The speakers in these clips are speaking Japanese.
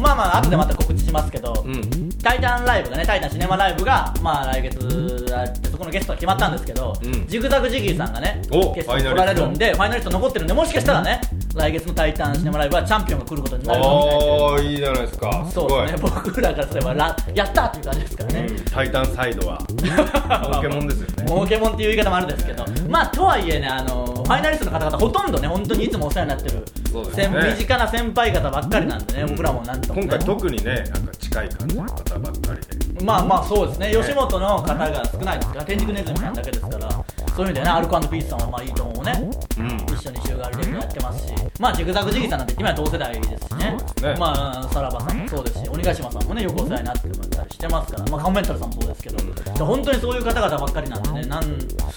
まあ後でまた告知しますけど、うんタイタンライブがね、タイタンシネマライブが、まあ来月あって、そこのゲストが決まったんですけど、うんジグザグジギーさんがね、おゲストに来られるんで、ファイナリスト残ってるんで、もしかしたらね、来月のタイタンシネマライブはチャンピオンが来ることになるかもしれないという。あーいいじゃないですかすそうごいですね、僕らからすれば、らやったーっていう感じですからね。うん タイタンサイドはポケモンですよね儲けもんっていう言い方もあるんですけど、まあとはいえね、あのファイナリストの方々、ほとんどね、本当にいつもお世話になってる、そうですね先身近な先輩方ばっかりなんでね、僕らもなんとも、ね、今回特にねなんか近い感じの方ばっかりでまあまあそうですね、吉本の方が少ないですから、天竺ネズミさんだけですから、そういう意味でね、アルコピースさんはまあいいと思うね、うん一緒に週替わりでやってますし、まあ、ジグザグジギーさんなんて今や同世代ですしね、ねまあ、さらばさんもそうですし、鬼ヶ島さんもね、よくお世話になってたりしてますから、まあ、カモメンタルさんもそうですけど、本当にそういう方々ばっかりなんでね、なん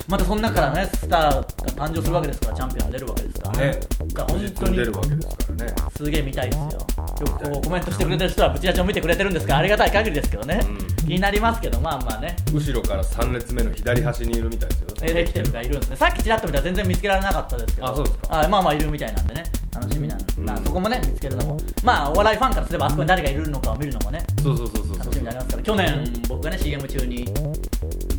またその中からね、スターが誕生するわけですから、チャンピオンが出るわけですから、ねだから本当飛んにでるわけですからねすげえ見たいですよ。よくこうコメントしてくれてる人はブチラチを見てくれてるんですからありがたい限りですけどね、うん気になりますけどまあまあね後ろから3列目の左端にいるみたいですよえできてるがいるんですねさっきちらっと見たら全然見つけられなかったですけどあそうですかあまあまあいるみたいなんでね楽しみなんで、うんまあそこもね見つけるのもまあお笑いファンからすればあそこに誰がいるのかを見るのもねそうそうそうそう楽しみになりますから去年僕がね CM 中に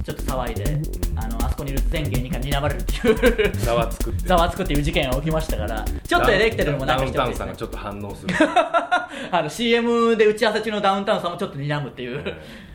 ちょっと騒いであのあそこにいる全芸人が睨まれるっていう ざわつくってざわつくっていう事件が起きましたからちょっとエレキテルにもなんか来てダウンほしいですタウンさんねがちょっと反応 するあの CM で打ち合わせ中のダウンタウンさんもちょっと睨むっていう、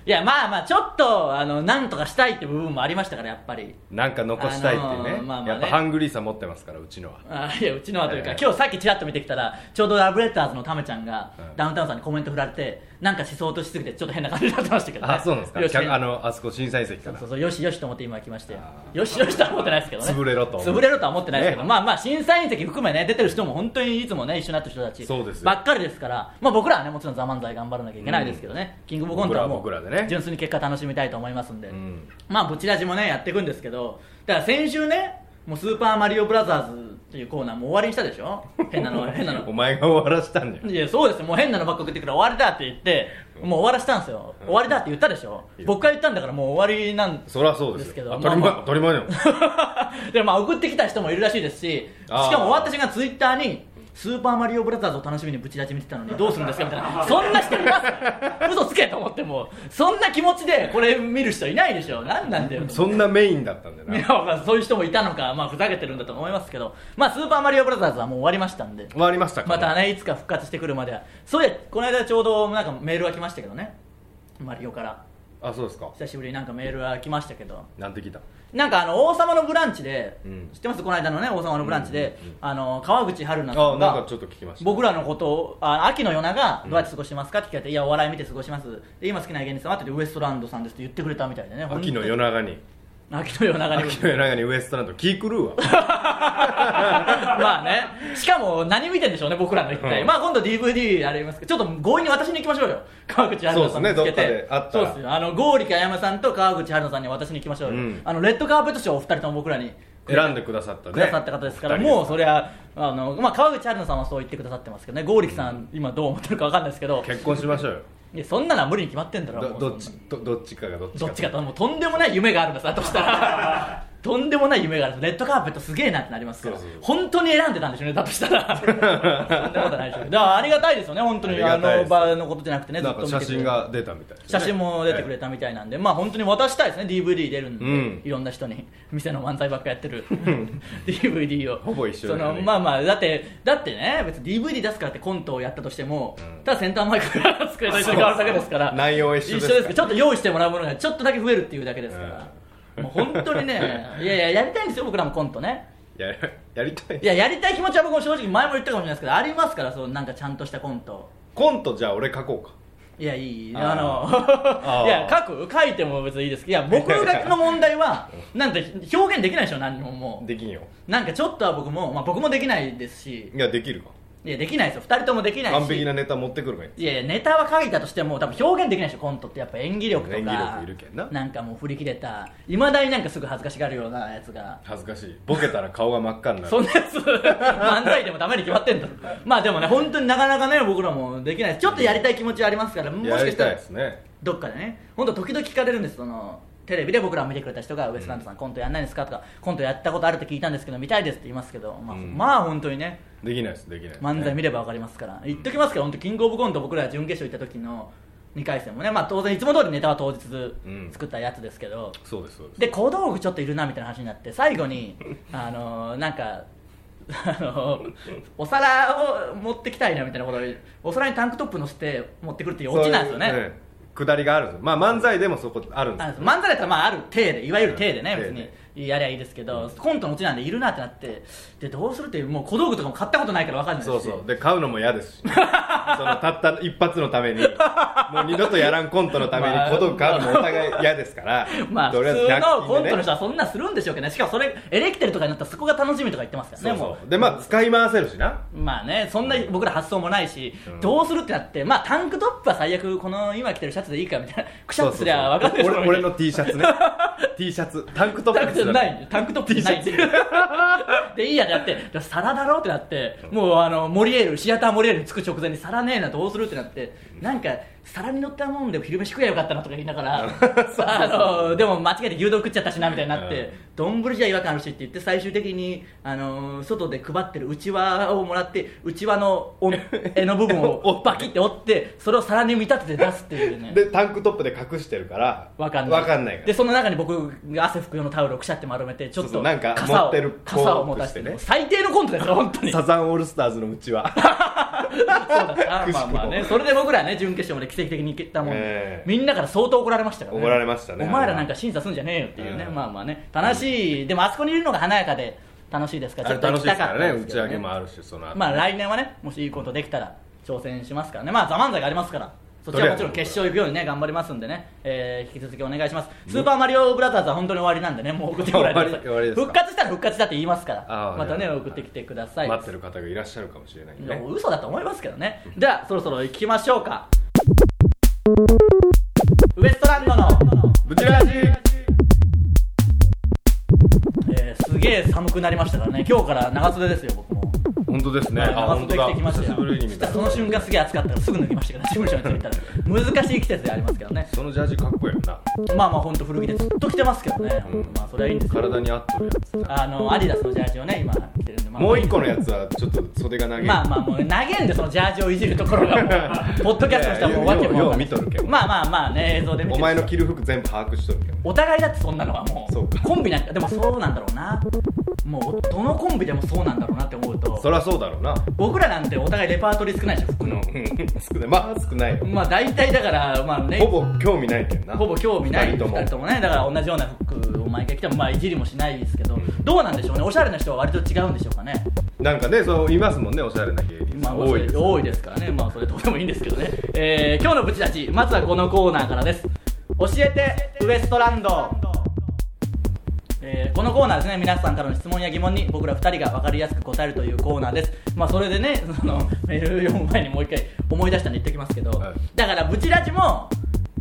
いや、まあまあ、ちょっとあのなんとかしたいって部分もありましたから、やっぱり、なんか残したいっていうね,、あのーまあまあねやっぱハングリーさ持ってますからうちのはあいやうちのはというか、ええ今日さっきちらっと見てきたら、ちょうどラブレターズのためちゃんが、うんダウンタウンさんにコメント振られて、なんか思想としすぎて、ちょっと変な感じになってましたけど、ね、あそうなんですかよし客あのあそこ審査員席かそうらそうそうよしよしと思って今来ましてあーよしよしとは思ってないですけどね潰れろと潰れろとは思ってないですけど、ねまあまあ審査員席含めね出てる人も本当にいつもね一緒になった人たちそうですよばっかりですから、まあ、僕らはねもちろん「ザ漫才頑張らなきゃいけないですけどね、キングオブコントはも僕らは僕らうでね純粋に結果楽しみたいと思いますんで、うんまあブチラジもねやっていくんですけどだから先週ねもうスーパーマリオブラザーズっていうコーナーもう終わりにしたでし ょ変なの変なのお前が終わらしたんだよいやそうですよもう変なのばっか送ってくる終わりだって言ってもう終わらせたんですよ終わりだって言ったでしょ僕が言ったんだからもう終わりなんそりゃそうですですよけど当たり前、まあまあ当たり前だよ でまあ送ってきた人もいるらしいですししあーかも終わった瞬間ツイッターに「スーパーマリオブラザーズ」を楽しみにブチラジ見てたの にどうするんですかみたいなそんな人いますか嘘つけと思ってもそんな気持ちでこれ見る人いないでしょ何なんだよと思ってそんなメインだったんだよいやなまあそういう人もいたのか、まあ、ふざけてるんだと思いますけど、まあ、スーパーマリオブラザーズはもう終わりましたんで、終わりましたかまたね、いつか復活してくるまでは、そういや、この間ちょうどなんかメールが来ましたけどね、マリオから、あそうですか久しぶりになんかメールが来ましたけど、なんて聞いたなんかあの、王様のブランチで、うん知ってます、この間のね、王様のブランチで、うんうんうんあの川口春奈さあんなんかがち。ょっと聞きました僕らのことをあ秋の夜長どうやって過ごしてますかって聞かれて、いやお笑い見て過ごしますで今好きな芸人さんはって言ってウエストランドさんですって言ってくれたみたいでね秋の夜長に秋の夜長に 秋の夜長にウエストランドキークルーは まあね、しかも何見てんでしょうね、僕らの一体、うんまあ今度 DVD ありますけど、ちょっと強引に私に行きましょうよ、川口春奈さんそう見でつけすねどってかで、会ったそうらですよ、あの剛力あやめさんと川口春奈さんに私に行きましょうよ、うんあのレッドカーペット賞をお二人とも僕らに選んでくださったねくださった方ですから、二人もうそりゃ、あのまあ、川口春奈さんはそう言ってくださってますけどね、剛力さん、今どう思ってるか分かんないですけど、結婚しましょうよいやそんなのは無理に決まってんだろ、もどうどっちどどっちかがどっちかどっちかともうとんでもない夢があるんですだとした らとんでもない夢があるんですレッドカーペットすげえなってなりますからそうそうそう本当に選んでたんでしょうねだとした らそんなことないでしょうだからありがたいですよね本当にあありがたいのです場のことじゃなくてねずなっんと見かてくれ写て真が出たみたいです写ね真も出てくれたみたいなんで、まあ本当に渡したいですね DVD 出るんで、うんいろんな人に 店の漫才ばっかやってる DVD をほぼ一緒だそよねのまあまあだってだってね別に DVD 出すからってコントをやったとしても、うんただセンターマイクが机と一緒に変わるだけですからそう内容は一緒で一すか緒らですけどちょっと用意してもらうものがちょっとだけ増えるっていうだけですから、もう本当にね いやいややりたいんですよ僕らもコントねややり たいいややりたい気持ちは僕も正直前も言ったかもしれないですけどありますからそのなんかちゃんとしたコントコントじゃあ俺書こうかいやいいあーあの ーいや書く書いても別にいいですけどいや僕がの問題 はなんて表現できないでしょ何にももできんようなんかちょっとは僕も、まあ、僕もできないですしいやできるかいやできないですよ2人ともできないし完璧なネタ持ってくるかいいやいやネタは書いたとしても多分表現できないでしょコントってやっぱ演技力とか演技力いるけんなんかもう振り切れたいまだになんかすぐ恥ずかしがるようなやつが恥ずかしいボケたら顔が真っ赤になそるんなやつ 漫才でもダメに決まってんだろまあでもね本当になかなかね僕らもできないちょっとやりたい気持ちはありますからもしかやりしたいらですねどっかでね本当時々聞かれるんですそのテレビで僕らを見てくれた人がウエストランドさんコントやんないですかとかコントやったことあるって聞いたんですけど見たいですって言いますけど、まあうんまあ本当にねできないですできないですね漫才見れば分かりますから、言っときますけど本当キングオブコント僕ら準決勝行った時の2回戦もね、まあ、当然いつも通りネタは当日うん作ったやつですけど、そうですそうですで小道具ちょっといるなみたいな話になって最後 にあのーなんかあのーお皿を持ってきたいなみたいなことをお皿にタンクトップ乗せて持ってくるっていうオチなんですよね、そういうええ下りがあるんですよまあ漫才でもそこあるんですあよの漫才だったらまあある体でいわゆる体でねうん別体にやりゃいいですけど、コントのうちなんでいるなってなってでどうするっていうもう小道具とかも買ったことないから分かんないしそうそうで買うのも 嫌ですしそのたった一発のためにもう二度とやらんコントのためにまあ小道具買うのもお互い嫌ですからまあ普とり通えず100のコ均ンでねトの人はそんなするんでしょうけどねしかもそれエレキテルとかになったらそこが楽しみとか言ってますからねそうもそうでまあ使い回せるしなまあねそんな僕ら発想もないし、うんどうするってなってまあタンクトップは最悪この今着てるシャツでいいかみたいなくしゃっとすりゃ分かるでしょそうそうそう俺俺の T シャツ ね T シャツタンクトッタンプクトッですプないタンクトップない でいいやってなってで皿だろうってなってもうあのモリエールシアターモリエールに着く直前に皿ねえなどうするってなってなんか皿に乗ったもんでも昼飯食えばよかったなとか言いなが らあのでも間違えて牛丼食っちゃったしなみたいになっうんて丼じゃ違和感あるしって言って最終的にあの外で配ってるうちわをもらってうちわの お柄の部分をバキって折ってそれを皿に見立てて出すっていうねでタンクトップで隠してるからわかんないわかんないからでその中に僕が汗拭く用のタオルをくしゃって丸めてちょっそうそとうなんか傘持をってる傘を持たせてこうしてね最低のコントですよ本当に サザンオールスターズのうちはそうだあくしまあくもまあねそれで僕らね準決勝まで奇跡的に行けたもんで、ええみんなから相当怒られましたからね怒られましたねお前らなんか審査すんじゃねえよっていうね、うんまあまあね楽しい、でもあそこにいるのが華やかで楽しいですからあれちょっ楽とし行いきでたすかったらねで打すけちど上げもあるしその後まあ来年はねもしいいコントできたら挑戦しますからねまあザ漫才がありますからそっちはもちろん決勝行くようにね頑張りますんでね、えー引き続きお願いしますスーパーマリオブラザーズは本当に終わりなんでねもう送ってもらえてください終わり終わりですか復活したら復活だって言いますからあーまたねはい送ってきてください待ってる方がいらっしゃるかもしれないいやねもう嘘だと思いますけどねではそろそろ行きましょうかウエストランドの、ブチラジえーすげえ寒くなりましたからね今日から長袖ですよ僕も本当ですねはいあ長本当袖だ着てきました久しぶよりに見たその瞬間すげえ暑かったからすぐ脱ぎましたから事務所に着いたら難しい季節でありますけどねそのジャージかっこいいよなまあまあ本当古着でずっと着てますけどね、うんまあそれはいいんですよ体に合ってるやつあのアディダスのジャージをね今着てるんで、まあ、もう一個のやつはちょっと袖が長いまあまあもう投げんでそのジャージをいじるところ がもうポッドキャストしたらもうわけもわかんないいやいやようよう見とるけどまあまあまあね映像で見てお前の着る服全部把握しとるけどお互いだってそんなのはもそううかコンビなんかでもそうなんだろうなもうどのコンビでもそうなんだろうなって思うとそりゃそうだろうな僕らなんてお互いレパートリー少ないでしょ服うんの少ないまあ少ないよまあ大体だからまあねほぼ興味ないけんなほぼ興味ない二人とも人ともねだから同じような服を毎回着てもまあいじりもしないですけどどうなんでしょうねおしゃれな人は割と違うんでしょうかねなんかねそういますもんねおしゃれな芸人まさあん多いです多いですからねまあそれどうでもいいんですけどねえー今日のブチたちまずはこのコーナーからです教えてウエストランドえーこのコーナーですね皆さんからの質問や疑問に僕ら2人が分かりやすく答えるというコーナーです、まあ、それでねそのメール読む前にもう一回思い出したんで言っておきますけど、はいだからブチラジも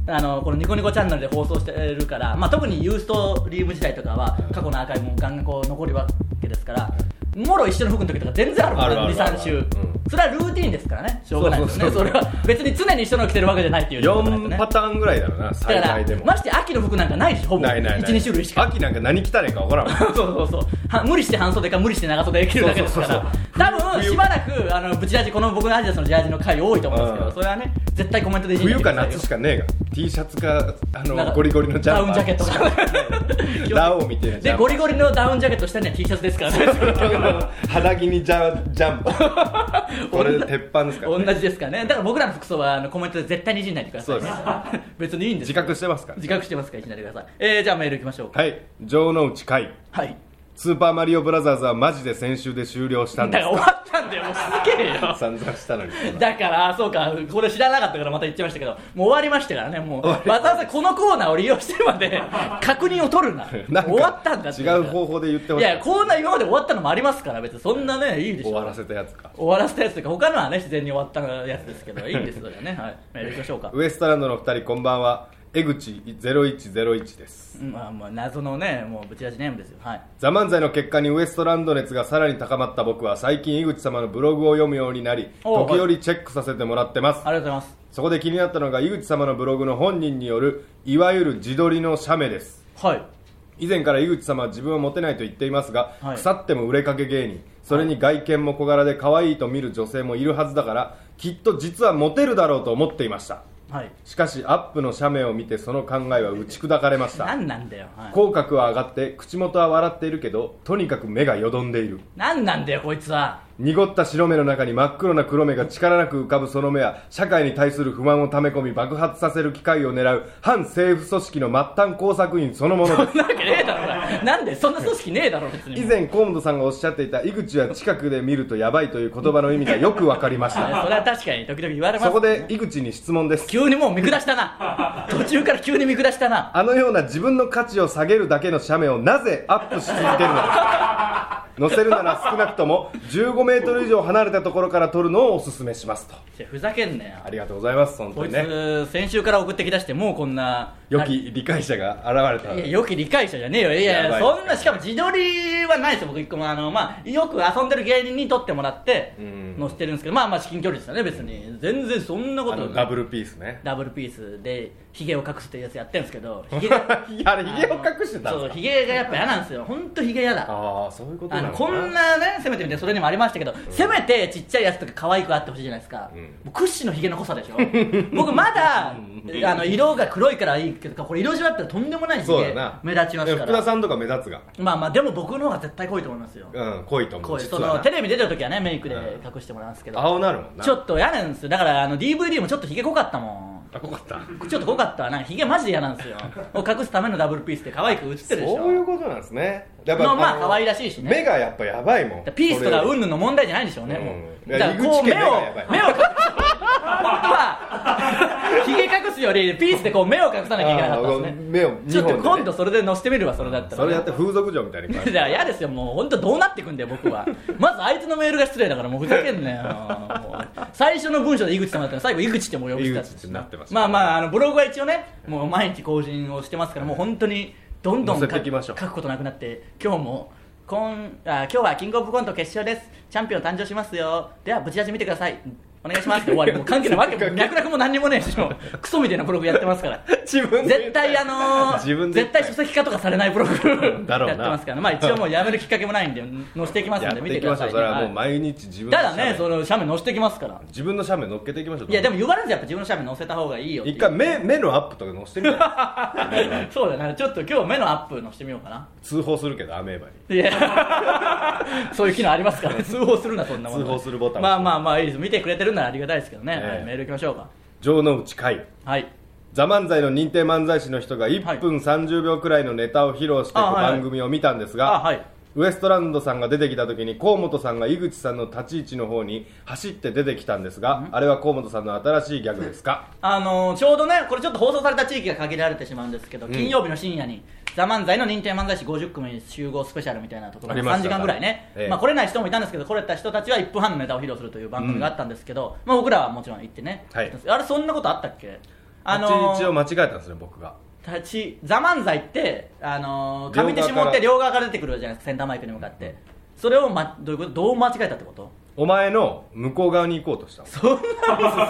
あのこのニコニコチャンネルで放送してるから、まあ、特にユーストリーム時代とかは過去のアーカイブもガンガンこう残るわけですからもろ一緒の服の時とか全然あるあるもあんるねある23週、うんそれはルーティンですからねしょうがないですよねそうそうそそうれは別に常に一緒の着てるわけじゃないっていうところなんです4ねパターンぐらいだろうな最だか大でらもまして秋の服なんかないしほぼないないない12種類しか秋なんか何着たらいいか分からんもんそうそうそうは無理して半袖か無理して長袖できるだけですかそうそうらそう多分しばらくあのブチラジこの僕のアジアスのジャージの回多いと思うんですけうどんそれはね絶対コメントでいじって冬くかださい夏しかねえが T シャツかあなんかのゴリゴリのジャンパーダウンジャケットし かダウンみたいなジでャン ゴリゴリのダウンジャケット下には T シャツですからねパー 肌着にジャジャンパ ーこれ鉄板ですから同じですからねだから僕らの服装はあのコメントで絶対にいじんないでくださいね、別にいいんです自覚してますから自覚してますからいじんないでください、えー、じゃあメールいきましょうかはい城之内海はいスーパーマリオブラザーズはマジで先週で終了しだたんかでら終わったんだよもうすげえよす散々したのにだから、そうか、これ知らなかったからまた言っちゃいましたけど、もう終わりましたからね、もう、終わわりざわざこのコーナーを利用してま で確認を取るな、なんか終わったんだって違う方法で言ってほいしいや、コーナー今まで終わったのもありますから、別にそんなね、いいでしょ、終わらせたやつか終わらせたやつというか、他のはね、自然に終わったやつですけど、いいんです、それはね、はい、メール行きましょうか、ウエストランドのお二人こんばんは江口0101ですまあまあ謎のねもうぶち出しネームですよはい「ザ漫才の結果にウエストランド熱がさらに高まった僕は最近江口様のブログを読むようになりおう時折チェックさせてもらってますありがとうございますそこで気になったのが井口様のブログの本人によるいわゆる自撮りの写メですはい以前から井口様は自分はモテないと言っていますが、はい腐っても売れかけ芸人それに外見も小柄で可愛いと見る女性もいるはずだからきっと実はモテるだろうと思っていましたはいしかしアップの写メを見てその考えは打ち砕かれました何なんだよ、はい、口角は上がって口元は笑っているけどとにかく目がよどんでいる何なんだよこいつは濁った白目の中に真っ黒な黒目が力なく浮かぶその目は社会に対する不満を溜め込み爆発させる機会を狙う反政府組織の末端工作員そのもので すなわけねえだろお前なんでそんな組織ねえだろ別に以前河本さんがおっしゃっていた井口は近くで見るとヤバいという言葉の意味がよくわかりましあ たそれは確かに時々言われますそこで井口に質問です急にもう見下した な途中から急に見下したなあのような自分の価値を下げるだけの写メをなぜアップし続けるのですか載せるなら少なくとも15メートル以上離れたところから撮るのをおすすめしますといやふざけんなよありがとうございます本当こいにつ、ね先週から送ってきだしてもうこんな良き理解者が現れいやた良き理解者じゃねえよいやいややばいそんなしかも自撮りはないですよ僕一個もあのまあよく遊んでる芸人に撮ってもらってうん載せてるんですけどまあまあ至近距離ですよね別に全然そんなこあとのないダブルピースねダブルピースでヒゲを隠すっていうやつやってるんですけ どヒゲいやがあれヒゲを隠してたそんうですヒかゲがやっぱ嫌なんですよ本当ヒゲ嫌だああそういうことあなののこんなねせめてみてそれにもありましたけど、せめてちっちゃいやつとか可愛くあってほしいじゃないですか、うんもう屈指のひげの濃さ でしょ僕まだあの色が黒いからいいけどこれ色白だったらとんでもないひそうだげな目立ちますかでも福田らさんとか目立つがまあまあでも僕の方が絶対濃いと思いますよ、うん濃いと思濃うい実そはのなテレビ出てる時はねメイクでうん隠してもらうんですけど、青なるもんなちょっと嫌なんですよだからあの DVD もちょっとひげ濃かったもんあ濃かったちょっと濃かったわなんかひげマジで嫌なん ですよを隠すためのダブルピースって可愛く映ってるでしょそういうことなんですねやのまあの可愛らしいしね目がやっぱやばいもんピースとかそ云れより々の問題じゃないでしょうね、うんもういやだからこう井口家目を目がやばい目を隠す はひげ隠すよりピースでこう目を隠さなきゃいけなかったんですあーね目をちょっと二本でね今度それで乗せてみるわそれだったら、それやって風俗嬢みたい にいや嫌ですよもう本当どうなってくんだよ僕はまずあいつのメールが失礼だからもうふざけんなよもう最初の文章で井口様だったら最後井口ってもう呼び捨てだ井口ってなってますまあまああのブログは一応ねもう毎日更新をしてますからもう本当にどんどん載せ書ていきましょう書くことなくなって今日もこんあ今日はキングオブコント決勝ですチャンピオン誕生しますよではぶち出し見てくださいお願いしますって終わりもう関係ないわけも脈絡も何にもねえしもうクソみたいなブログやってますから自分で絶対あのー 自分で言絶った対よ書籍化とかされないブロ グだろやうなってますからまあ一応もうやめるきっかけもないんで載せていきますやんっで見てていくきだましさょういそれはもうはい毎日自分のた写だメねその写メ載せてきますから自分の写メ乗っけていきましょういやでも言われるんですよやっぱ自分の写メ載せた方がいいよっていう一回目目のアップとか載せてみたらそうだなちょっと今日目のアップ載せてみようかな通報するけどアメーバにいや そういう機能あります からね通報するなそんなもの通報するボタンまあまあまあいいです見てくれてるならありがたいですけどね、ええはいメールいきましょうか城之内海はいザ・漫才の認定漫才師の人が1分30秒くらいのネタを披露していくあはいはい番組を見たんですあが、はいウエストランドさんが出てきた時に河本さんが井口さんの立ち位置の方に走って出てきたんですがあれは河本さんの新しいギャグですかあのーちょうどねこれちょっと放送された地域が限られてしまうんですけど、金曜日の深夜に「ザ漫才の認定漫才師50組集合スペシャルみたいなところあでりま3し時た間ぐらいね、ええまあ、来れない人もいたんですけど来れた人たちは1分半のネタを披露するという番組があったんですけど、まあ、僕らはもちろん行ってね、はいあれそんなことあったっけああのの立ち位置を間違えたんですね僕が立ちザ漫才って、あのー上手下って両側から出てくるじゃないですかセンターマイクに向かってそれを、ま、どういうことどう間違えたってことお前の向こう側に行こうとしたのそんなこと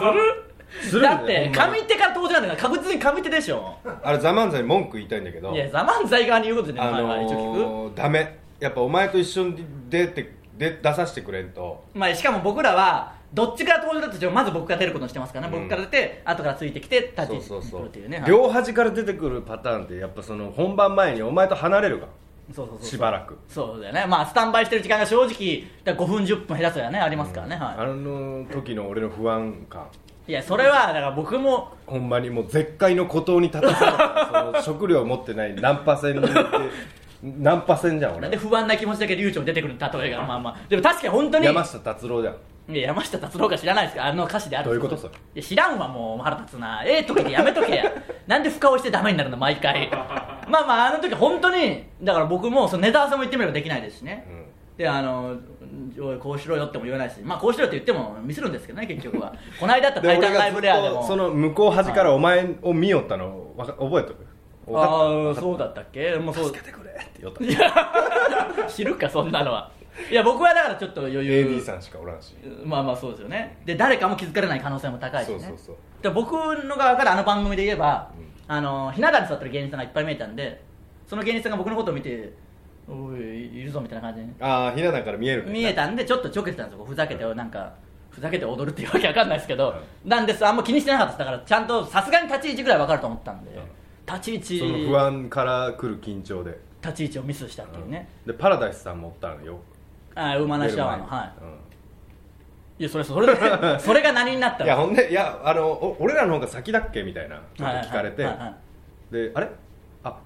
するするんだよだってほんま上に手から登場なんだから確実に上手でしょあれザ・漫才に文句言いたいんだけどいや、ザ・漫才側に言うことじゃあない、はいはい、一応聞のー、ダメやっぱお前と一緒に出てで出させてくれんとく、まあ、しかも僕らはどっちから登場だとしてもまず僕が出ることにしてますからね、うん僕から出て後からついてきて立ちそ位置うそうに来そるっうていうねはい両端から出てくるパターンってやっぱその本番前にお前と離れるがそうそうそうしばらくそうだよねまあスタンバイしてる時間が正直だから5分10分減らすやねありますからね、あはの時の俺の不安感いいやそれはだから僕もほんまにもう絶海の孤島に立たされ たその食料持ってないナンパ船に行ってナンパ船じゃんなんで俺不安な気持ちだけ流暢に出てくる例えがまあまあでも確かに本当に山下達郎じゃんいや山下達郎が知らないですかあの歌詞であるどういうことそれや知らんわもう腹立つなええ時でやめとけや なんで深追いしてダメになるの毎 回まあまああの時本当にだから僕もそのネタ合わせも言ってみればできないですしね、であのおいこうしろよっても言わないし、まあ、こうしろよって言っても見せるんですけどね、結局は、 この間だったタイタンライブレアでも、その向こう端からお前を見よったのわか覚えとるああ、うそうだったっけ、もうそう助けてくれって言おったいや 知るかそんなのはいや僕はだからちょっと余裕 AD さんしかおらんしまあまあそうですよねで誰かも気づかれない可能性も高いしねそうそうそうで僕の側からあの番組で言えば、うんあのひな壇に座ってる芸人さんがいっぱい見えたんでその芸人さんが僕のことを見て「おいいるぞ」みたいな感じで、ね、ああひな壇から見えるね見えたんでちょっとちょけてたんですよふざけてなんかふざけて踊るっていうわけわかんないですけど、なんですあんま気にしてなかったですだからちゃんとさすがに立ち位置ぐらいわかると思ったんで、立ちその位不置安から来る緊張で、立ち位置をミスしたっていうね、でパラダイスさんもおったのよあー馬なしアワーの出る前はいいやそれそれでそれが何になっうたのんいやほんでいやあのお俺らの方が先だっけみたいなちょっと聞かれて、はいはいはいはいであれあ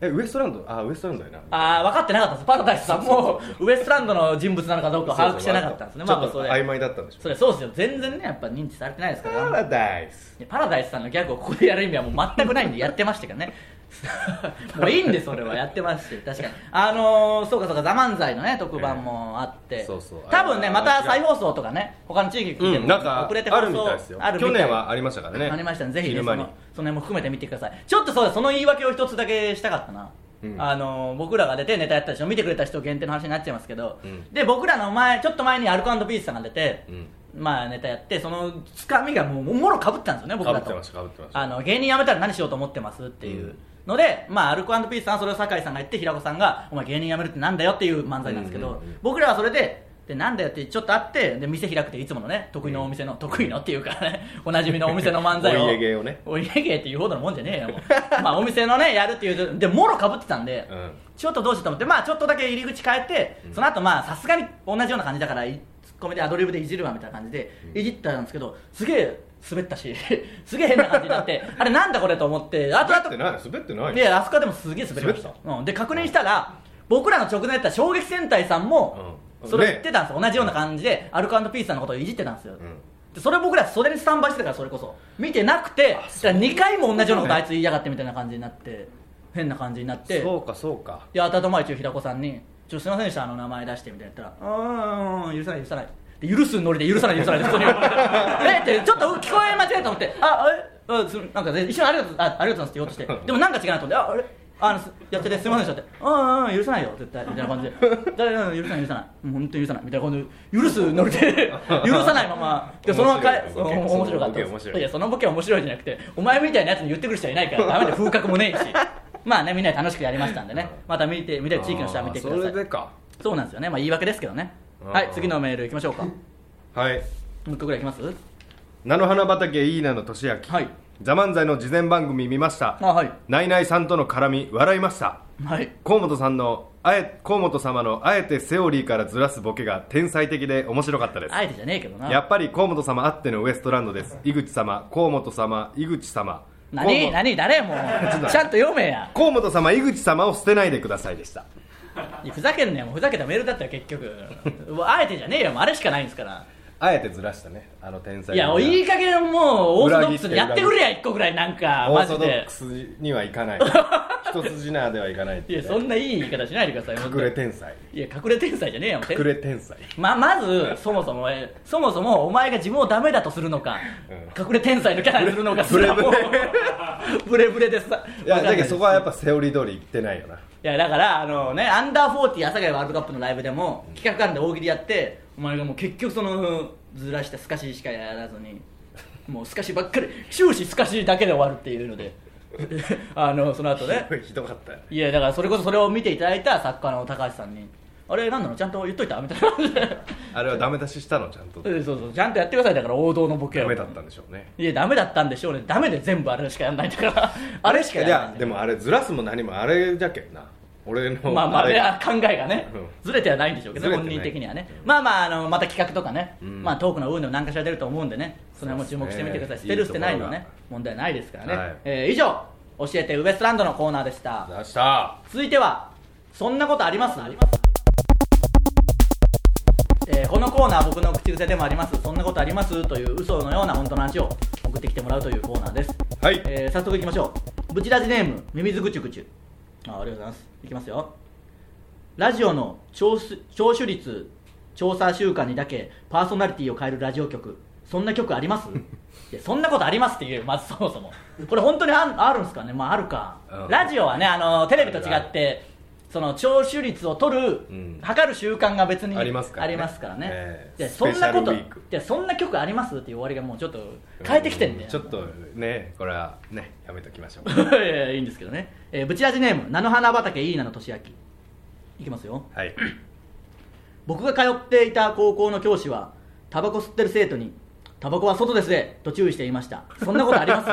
えウエストランドあウエストランドやなああ分かってなかったんですパラダイスさんもウエストランドの人物なのかどうか把握してなかったんですねそうまあまあそうそちょっれと曖昧だったんでしょそれそうですよ全然ねやっぱ認知されてないですかパらラダイスいやパラダイスさんのギャグをここでやる意味はもう全くないんでやってましたけど ねもういいんでそれはやってますし確かにあのー、そうかそうか「ザ漫才のね特番もあって、ええそうそう多分ねまた再放送とかね他の地域聞いてうも、ん、なんか遅れて放あ送るみたいですよあるみた去い年はありましたからねありましたねぜひね昼そ間のにその辺も含めて見てくださいちょっとそうだその言い訳を一つだけしたかったな、うんあの僕らが出てネタやったでしょ見てくれた人限定の話になっちゃいますけど、うんで僕らの前ちょっと前にアルコピースさんが出て、うんまあネタやってそのつかみがもうもろかぶったんですよね僕かぶらっとてましたかぶってましたあの芸人辞めたら何しようと思ってますっていう、うんので、まあ、アルコピースさんはそれを酒井さんが言って平子さんが「お前芸人辞めるってなんだよ」っていう漫才なんですけど、うんうんうん僕らはそれで「でなんだよ」ってちょっとあってで店開くっていつものね得意のお店の、得意の っていうかねおなじみのお店の漫才をお家芸をねお家芸っていうほどのもんじゃねえよもうまあお店のねやるっていうでもろかぶってたんで、うんちょっとどうしようと思って、まあ、ちょっとだけ入り口変えて、うんその後まあさすがに同じような感じだからいツッコミでアドリブでいじるわみたいな感じでうんいじったんですけどすげえ滑ったし すげえ変な感じになってあれなんだこれと思ってあとあ滑っとてない滑ってないであそこはでもすげえ滑りました滑うん、で確認したら僕らの直前やった衝撃戦隊さんも、うんそれをね言ってたんですよ同じような感じで、アルコピースさんのことをいじってたんですよ、うんでそれ僕らそれにスタンバイしてたからそれこそ見てなくてだ2回も同じようなことあいつ言いやがってみたいな感じになって変な感じになってそうかそうかで、頭前中平子さんに「ちょすいませんでしたあの名前出して」みたいな言ったら「うんうんうん許さない許さない」で許すノリで「許さない許さない」って 普通に言われてえってちょっと聞こえ間違えたと思って「あえあすなんかね一緒にありがとうあありがとうございます」って言おう としてでもなんか違うなと思って「ああれあのすやっててすいませんでした」って「うんうん許さないよ絶対」みたいな感じで「誰々許さない許さない」もう本当に許さないみたいな感じで許すノリ で許さないままでそのまま帰面白いそう面白かったボケ面白いいやそのボケ面白いじゃなくてお前みたいなやつに言ってくる人はいない からダメで風格もねえしまあねみんなで楽しくやりましたんでねまた見て見て地域の人は見てくださいあーそれでかそうなんですよねまあ言い訳ですけどねあーはい次のメールいきましょうかもはいう一個ぐらいいきます菜の花畑いいなの俊明はいザ・漫才の事前番組見ましたあはいナイナイさんとの絡み笑いましたはい河本さんのあえ河本様のあえてセオリーからずらすボケが天才的で面白かったですあえてじゃねえけどなやっぱり河本様あってのウエストランドです井口様河本様井口様何河本何誰 もうとちゃんと読めや河本様井口様を捨てないでくださいでしたいやふざけんなよもうふざけたメールだったよ結局うわあえてじゃねえよもうあれしかないんですからあえてずらしたねあの天才いやいい加減もうオーソドックスにやってくれや裏一個ぐらいなんかオマーソジドッでクスにはい かない一筋縄ではいかないっていいうやねそんないい言い方しないでください本当隠れ天才いや隠れ天才じゃねえよもう隠れ天才ままずそもそもえそもそもお前が自分をダメだとするのか、う隠れ天才のキャラにするのかブレブレそれはもうブレブレでさいやだけどそこはやっぱぱセオリー通りいってないよないやだからあのねアンダー40朝霞ワールドカップのライブでも企画案で大喜利やってお前がもう結局そのずらしてすかししかやらずにもうすかしばっかり終始すかしだけで終わるっていうので あのその後ね ひどかったよねいやだからそれこそそれを見ていただいた作家の高橋さんに「あれ何なのちゃんと言っといた?」みたいな感じであれはダメ出ししたのちゃんとそうそうそうちゃんとやってくださいだから王道のボケをダメだったんでしょうねいやダメだったんでしょうねダメで全部あれしかやんないんだから あれしかやいらないやんだでよもあれずらすも何もあれじゃけんな俺のまあまああれれは考えがね、うんずれてはないんでしょうけどねずれ本てない人的にはね、まあまああのまた企画とかね、うんまあトークの運でも何かしら出ると思うんでねその辺も注目してみてください、そ捨うですねてる捨てないのはいいねところ問題ないですからね、はいえー以上教えてウエストランドのコーナーでした出した続いてはそんなことありますえーこのコーナー僕の口癖でもありますそんなことありますという嘘のような本当の話を送ってきてもらうというコーナーです、はいえー早速いきましょうブチラジネームミミズグチュグチュあありがとうございますいきますよラジオの聴取聴取率調査週間にだけパーソナリティを変えるラジオ局そんな曲あります いやそんなことありますっていうまずそもそもこれ本当にあんあるんですかねまああるか、うんラジオはねあのテレビと違ってその聴取率を取る、うん測る習慣が別にありますからねありますからねええでそんなことスペシャルウィークでそんな曲ありますっていう終わりがもうちょっと変えてきてんだよ、ちょっとねこれはねやめときましょ ういやいやいいんですけどね、えー、ブチラジネーム菜の花畑いいなのとしあきいきますよはい僕が通っていた高校の教師はタバコ吸ってる生徒にタバコは外ですでと注意していましたそんなことあります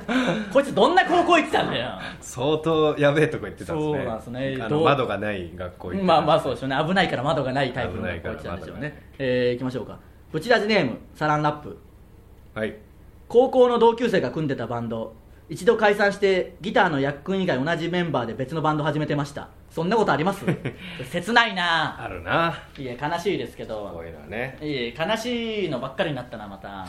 こいつどんな高校行ってたんだよ相当やべえとこ行ってたんですねそうなんですねあどのう窓がない学校行ってたまあまあそうでしょうね危ないから窓がないタイプの危高ない校か行らってたんでしょう窓がねないえー、いきましょうかブチラジネームサランラップはい高校の同級生が組んでたバンド一度解散してギターのヤックン以外同じメンバーで別のバンド始めてましたそんなことあり ます切ないなあるなぁいや悲しいですけこどういうのはねいえ悲しいのばっかりになったなま た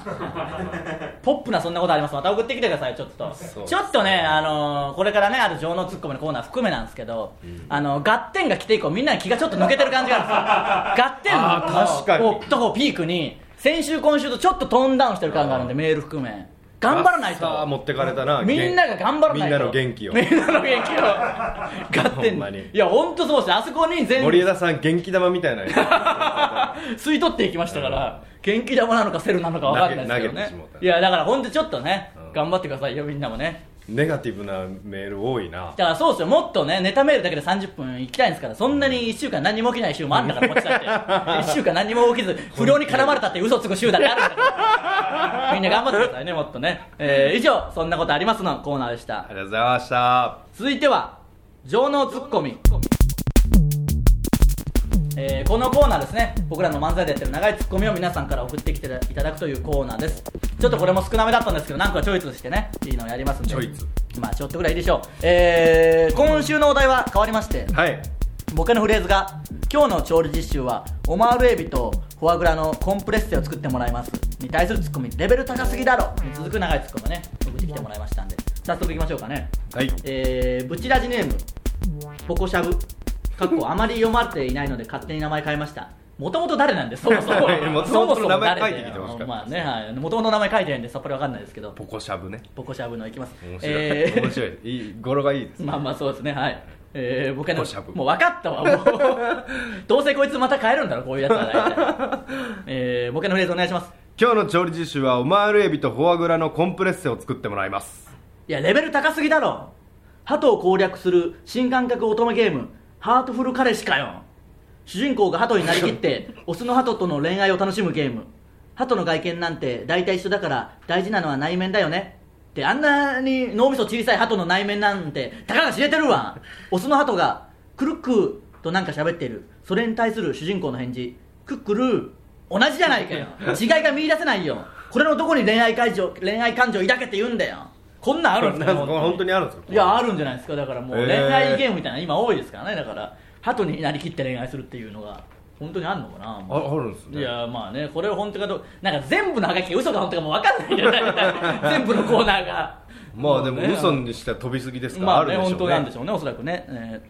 ポップなそんなことありますまた送ってきてくださいちょっとそうですねちょっとねあのーこれからねある情のツッコミのコーナー含めなんですけど、あのガッテンが来て以降みんなの気がちょっと抜けてる感じがあ るんですよガあー確ッかテンにのこうとこピークに先週今週とちょっとトーンダウンしてる感があるんでメール含め頑張らないさあ持とってかれたなみんなが頑張らないとみんなの元気をみんなの元 気をガッテほんまにンいや本当そうですあそこに全森枝さん元気玉みたいなや 吸い取っていきましたから、元気玉なのかセルなのかわかんないですけど投げ投げてしねもうたいやだから本当にちょっとね、うん頑張ってくださいよみんなもねつネガティブなメール多いなだからそうですよもっとねネタメールだけで30分いきたいんですからそんなに1週間何も起きない週もあるんだからこっちだって1 週間何も起きず不良に絡まれたって嘘つく週だってあるんだからみんな頑張ってくださいねもっとね、えー以上「そんなことあります」のコーナーでしあたりがとうございました続いては情能ツッコミえーこのコーナーですね僕らの漫才でやってる長いツッコミを皆さんから送ってきていただくというコーナーですちょっとこれも少なめだったんですけど何個かチョイスしてねいいのをやりますんでチョイスまあちょっとぐらいいいでしょうえー今週のお題は変わりましてはい僕のフレーズが今日の調理実習はオマールエビとフォアグラのコンプレッセを作ってもらいますに対するツッコミレベル高すぎだろに続く長いツッコミをね送ってきてもらいましたんで早速いきましょうかねはいえー、ブチラジネームポコシャブかっこあまり読まれていないので勝手に名前変えましたもともと誰なんでそもそ も元々そもそも名前誰で書いてきてますからまあねはいもともと名前書いてないんでさっぱりわかんないですけどポコシャブねポコシャブのいきます面白い、えー面白いいい語呂がいいで すまあまあそうですねはいえー、僕はねポコシャブもう分かったわ もうどうせこいつまた帰るんだろこういうやつは大体、えー、僕のフレーズお願いします今日の調理実習はオマールエビとフォアグラのコンプレッセを作ってもらいますいやレベル高すぎだろ鳩を攻略する新感覚乙女ゲームハートフル彼氏かよ主人公が鳩になりきって オスの鳩との恋愛を楽しむゲーム鳩の外見なんて大体一緒だから大事なのは内面だよねってあんなに脳みそ小さい鳩の内面なんてたかが知れてるわオスの鳩がクルックーとなんか喋ってるそれに対する主人公の返事クックルー同じじゃないかよ違いが見出せないよこれのどこに恋愛感情恋愛感情抱けって言うんだよこんなんあるんだよこれ本当にあるんですよいやあるんじゃないですかだからもうへー恋愛ゲームみたいなの今多いですからねだから鳩になりきって恋愛するっていうのが本当にあるのかなもうああるんですねいやまあねこれを本当かどうなんか全部のハガキが嘘か本当かもう分かんないじゃ ない全部のコーナーがまあでもね嘘にしては飛びすぎですから、まああねるでし本ょ当うなんでねしょうねおそらくねえ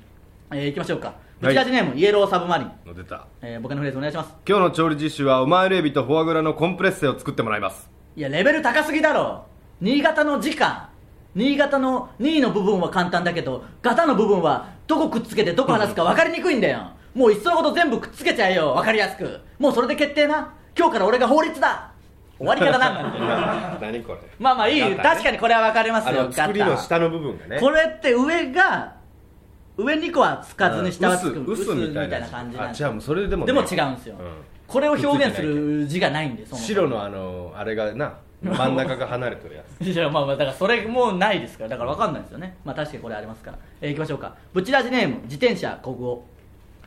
ーえーいきましょうかブチラジネームイエローサブマリンの出たえー僕のフレーズお願いします今日の調理実習はオマールエビとフォアグラのコンプレッセを作ってもらいますいやレベル高すぎだろ新潟の時間新潟の2の部分は簡単だけど型の部分はどこくっつけてどこ離すか分かりにくいんだよもういっそのこと全部くっつけちゃえよ分かりやすくもうそれで決定な今日から俺が法律だ終わり 方なんなんて何これまあまあいい、確かににこれは分かりますあよの作りの下の部分がねこれって上が上2個はつかずに下はつくうん薄薄みたいな感じなんあでじゃあもうそれでもでも違うんですよ、これを表現する字がないんでそもそも白のあのあれがな真ん中が離れてるやつ いやまあまあだからそれもうないですからだからわかんないですよねまあ確かにこれありますから、えー、いきましょうかブチラジネーム自転車国語、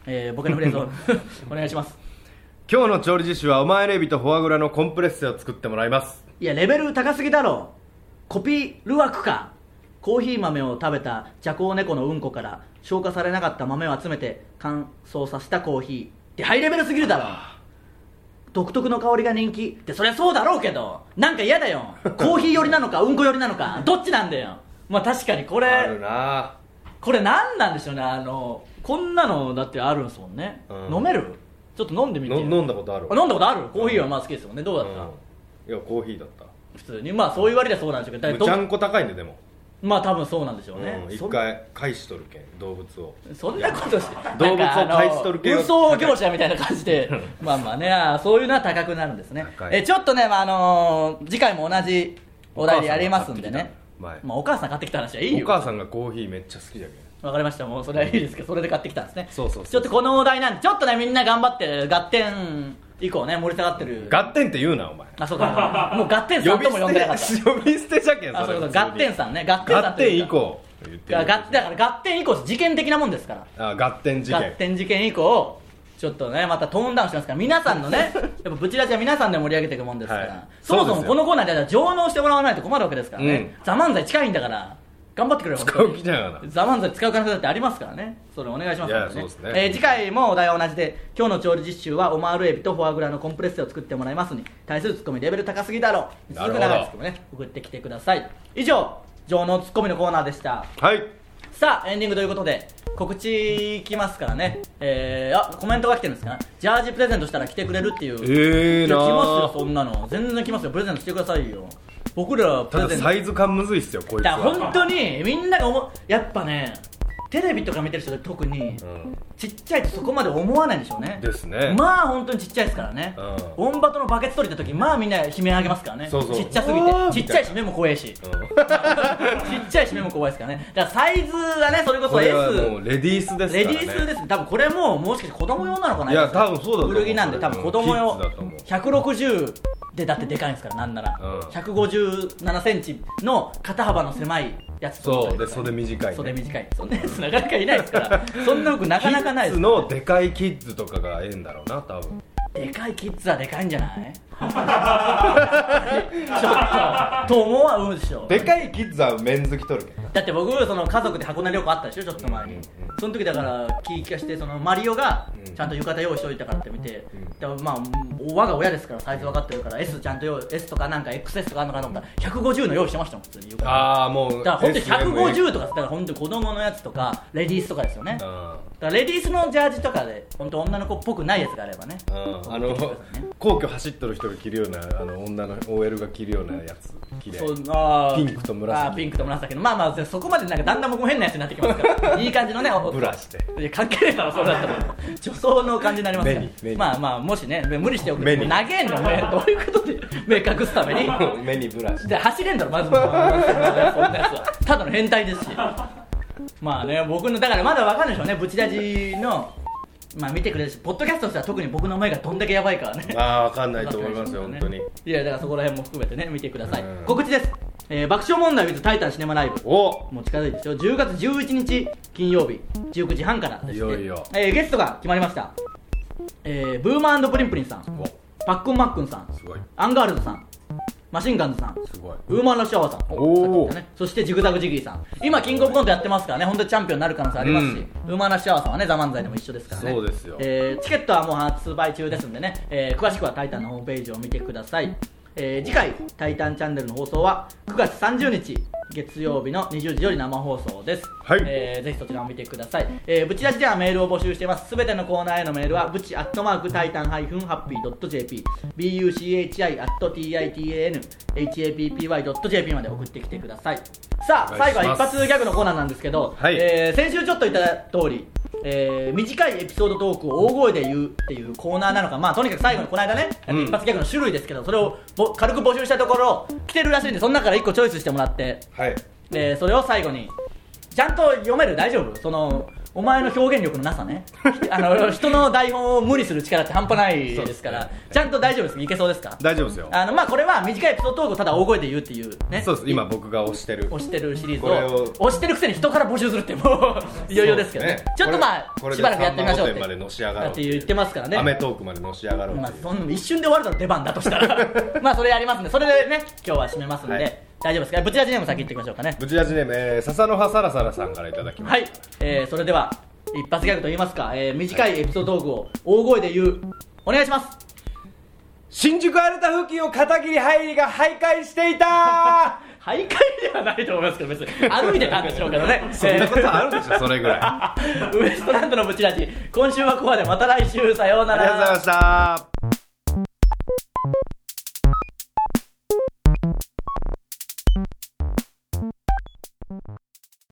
えー、僕のフレーズを お願いします今日の調理実習はオマールエビとフォアグラのコンプレッセを作ってもらいますいやレベル高すぎだろコピールワクかコーヒー豆を食べたジャコウ猫のうんこから消化されなかった豆を集めて乾燥させたコーヒーってハイレベルすぎるだろ独特の香りが人気ってそりゃそうだろうけどなんか嫌だよコーヒー寄りなのかうんこ寄りなのかどっちなんだよまあ確かにこれあるなこれ何なんでしょうねあのこんなのだってあるんですもんね、うん飲めるちょっと飲んでみての飲んだことあるあ飲んだことあるコーヒーはまあ好きですもんねどうだった、うんいやコーヒーだった普通にまあそう言われりゃそうなんでしょうけむどちゃだんこ高いんででもまあ多分そうなんでしょうね、うんそ一回返しとるけん動物をそんなことして 動物をなんかあの買い取る系は運送業者みたいな感じ でまあまあねあーそういうのは高くなるんですね高いえちょっとね、まああのー次回も同じお題でやりますんでねお母さんが買まあ、お母さん買ってきた前ってきた話はいいおよ母さんがコーヒーめっちゃ好きじゃけんわかりましたもうそれはいいですけどそれで買ってきたんですねそうそうそうちょっとこのお題なんでちょっとねみんな頑張って合点以降ね盛り下がってるガッテンって言うなお前あそうかもう合点さんとも呼んでなか ったて呼び捨てじゃけんあそういうこと合ン点さんね合点さガんッというかテン以降言ってがる合点だから合点以降事件的なもんですからあガッテン事合件点事件以降ちょっとねまたトーンダウンしてますから皆さんの ねやっぱブチラジは皆さんで盛り上げていくもんですから、はいそもそそうでもすよこのコーナーでは上納してもらわないと困るわけですからね「ザ漫才近いんだから頑張ってくれよ使う気じゃな本当にザ漫才使う可能性だってありますからねそれお願いしますからいやそうですねえー次回もお題は同じで今日の調理実習はオマールエビとフォアグラのコンプレッセを作ってもらいますに対するツッコミレベル高すぎだろうなる続くほど長いツッコミね送ってきてください以上上納ツッコミのコーナーでしたはいさあエンディングということで告知来ますからねえー、あコメントが来てるんですかねジャージプレゼントしたら来てくれるっていうええいや来まなすよそんなの全然来ますよプレゼントしてくださいよ僕らプレたゼだントサイズ感むずいっすよこいつだはから本当にみんなが思うやっぱねテレビとか見てる人が特にうちっちゃいとそこまで思わないんでしょうねですねまあ本当にちっちゃいですからねうオンバトのバケツ取りた時まあみんな悲鳴あげますからねそうそうちっちゃすぎうわーて ちっちゃいし目も怖いしんうんちっちゃいし目も怖いですからねだからサイズはねそれここそれ S はもうレディースですからねレディースですね多分これももしかして子供用なのかないいや多分そうだと思う古着なんで多分子供用キッズだと思う160でだってでかいんですからなんなら、うん157センチの肩幅の狭いやつとそうで袖短いね袖短いそんなやつなかなかいないですからそんな服なかなかないキでッすズのでかいキッズとかがええんだろうな多分でかいキッズはでかいんじゃない ちょっとと思はうんでしょでかいキッズはメンズ着とるけどだって僕その家族で箱根旅行あったでしょちょっと前に、うんその時だから気利かしてそのマリオがうんちゃんと浴衣用意しといたからって見て、うんだからまあ我が親ですからサイズ分かってるから S ちゃんと用意 S とかなんか XS とかあるのかなと思ったら150の用意してましたもん普通に浴衣ああもうだから本当に SMX 150とかだから本当に子供のやつとかレディースとかですよねだからレディースのジャージとかで本当女の子っぽくないやつがあればねうんうんあの皇居走っとる人が着るようなあの女の OL が着るようなやつ着れそうあーピンクと紫あーピンクと紫のまあまあそこまでなんかだんだん僕も変なやつになってきますから いい感じのねおブラしていや関係ねえだろそれだったら 女装の感じになりますか目に目らにまあまあもしね無理しておく目に長えんだお前どういうことで目隠すために 目にブ ラしてで走れんだろまずそ んなやつはただの変態ですしまあね僕のだからまだわかんないでしょうねブチラジのまあ見てくれるしポッドキャストとしては特に僕の前がどんだけやばいからねああわかんないと思いますよ本当にいやだからそこら辺も含めてね見てくださいうん告知です、えー爆笑問題 with タイタンシネマライブおもう近づいてですよ10月11日金曜日19時半からですねいよいよえーゲストが決まりました、えーブーマープリンプリンさんおパックンマックンさんすごいアンガールズさんマシンガンズさんすごいウーマンラッシュアワーさんおーさっき言ったねそしてジグザグジギーさん今キングオブコントやってますからね本当にチャンピオンになる可能性ありますし、ウーマンラッシュアワーさんはね「ザ漫才でも一緒ですからねそうですよえーチケットはもう発売中ですんでね、えー詳しくは「タイタン」のホームページを見てください、えー次回「タイタンチャンネル」の放送は9月30日月曜日の20時より生放送です、はいえーぜひそちらを見てください、えー、ブチラジではメールを募集していますすべてのコーナーへのメールはブチアットマークタイタンハイフンハッピードット JPBUCHI アット TITANHAPPY.jp まで送ってきてくださいさあお最願い後はしま一す発ギャグのコーナーなんですけど、はいえー先週ちょっと言った通りえー短いエピソードトークを大声で言うっていうコーナーなのか、まあ、とにかく最後にこの間ね、うん一発ギャグの種類ですけどそれをぼ軽く募集したところ来てるらしいんでその中から1個チョイスしてもらってはいでそれを最後にちゃんと読める大丈夫そのお前の表現力のなさね あの人の台本を無理する力って半端ないですからそうですねちゃんと大丈夫ですいけそうですか大丈夫ですよあのまあこれは短いエピソードトークをただ大声で言うっていうねそうです今僕が押してる押してるシリーズこれをを押してるくせに人から募集するってもういよいよですけどねそうですねちょっとまあこれしばらくやってみましょうっこれで三万五千までのし上がろうて言ってますからねアメトークまでのし上がろうまあっていうそんな一瞬で終わるだろ出番だとした らまあそれやりますんでそれでね今日は締めますんで、はい大丈夫ですかぶちラジネーム先行っていきましょうかねブチラジネームえー笹の葉サラサラさんからいただきまはい、えー、それでは一発ギャグと言いますか、えー、短いエピソードトークを大声で言うお願いします 新宿アルタ付近を片桐入りが徘徊していた徘徊ではないと思いますけど別に歩いてたんでしょうけどね そんなことあるでしょそ れぐらいあウエストランドのブチラジ今週はここまでまた来週さようなりがとうございらました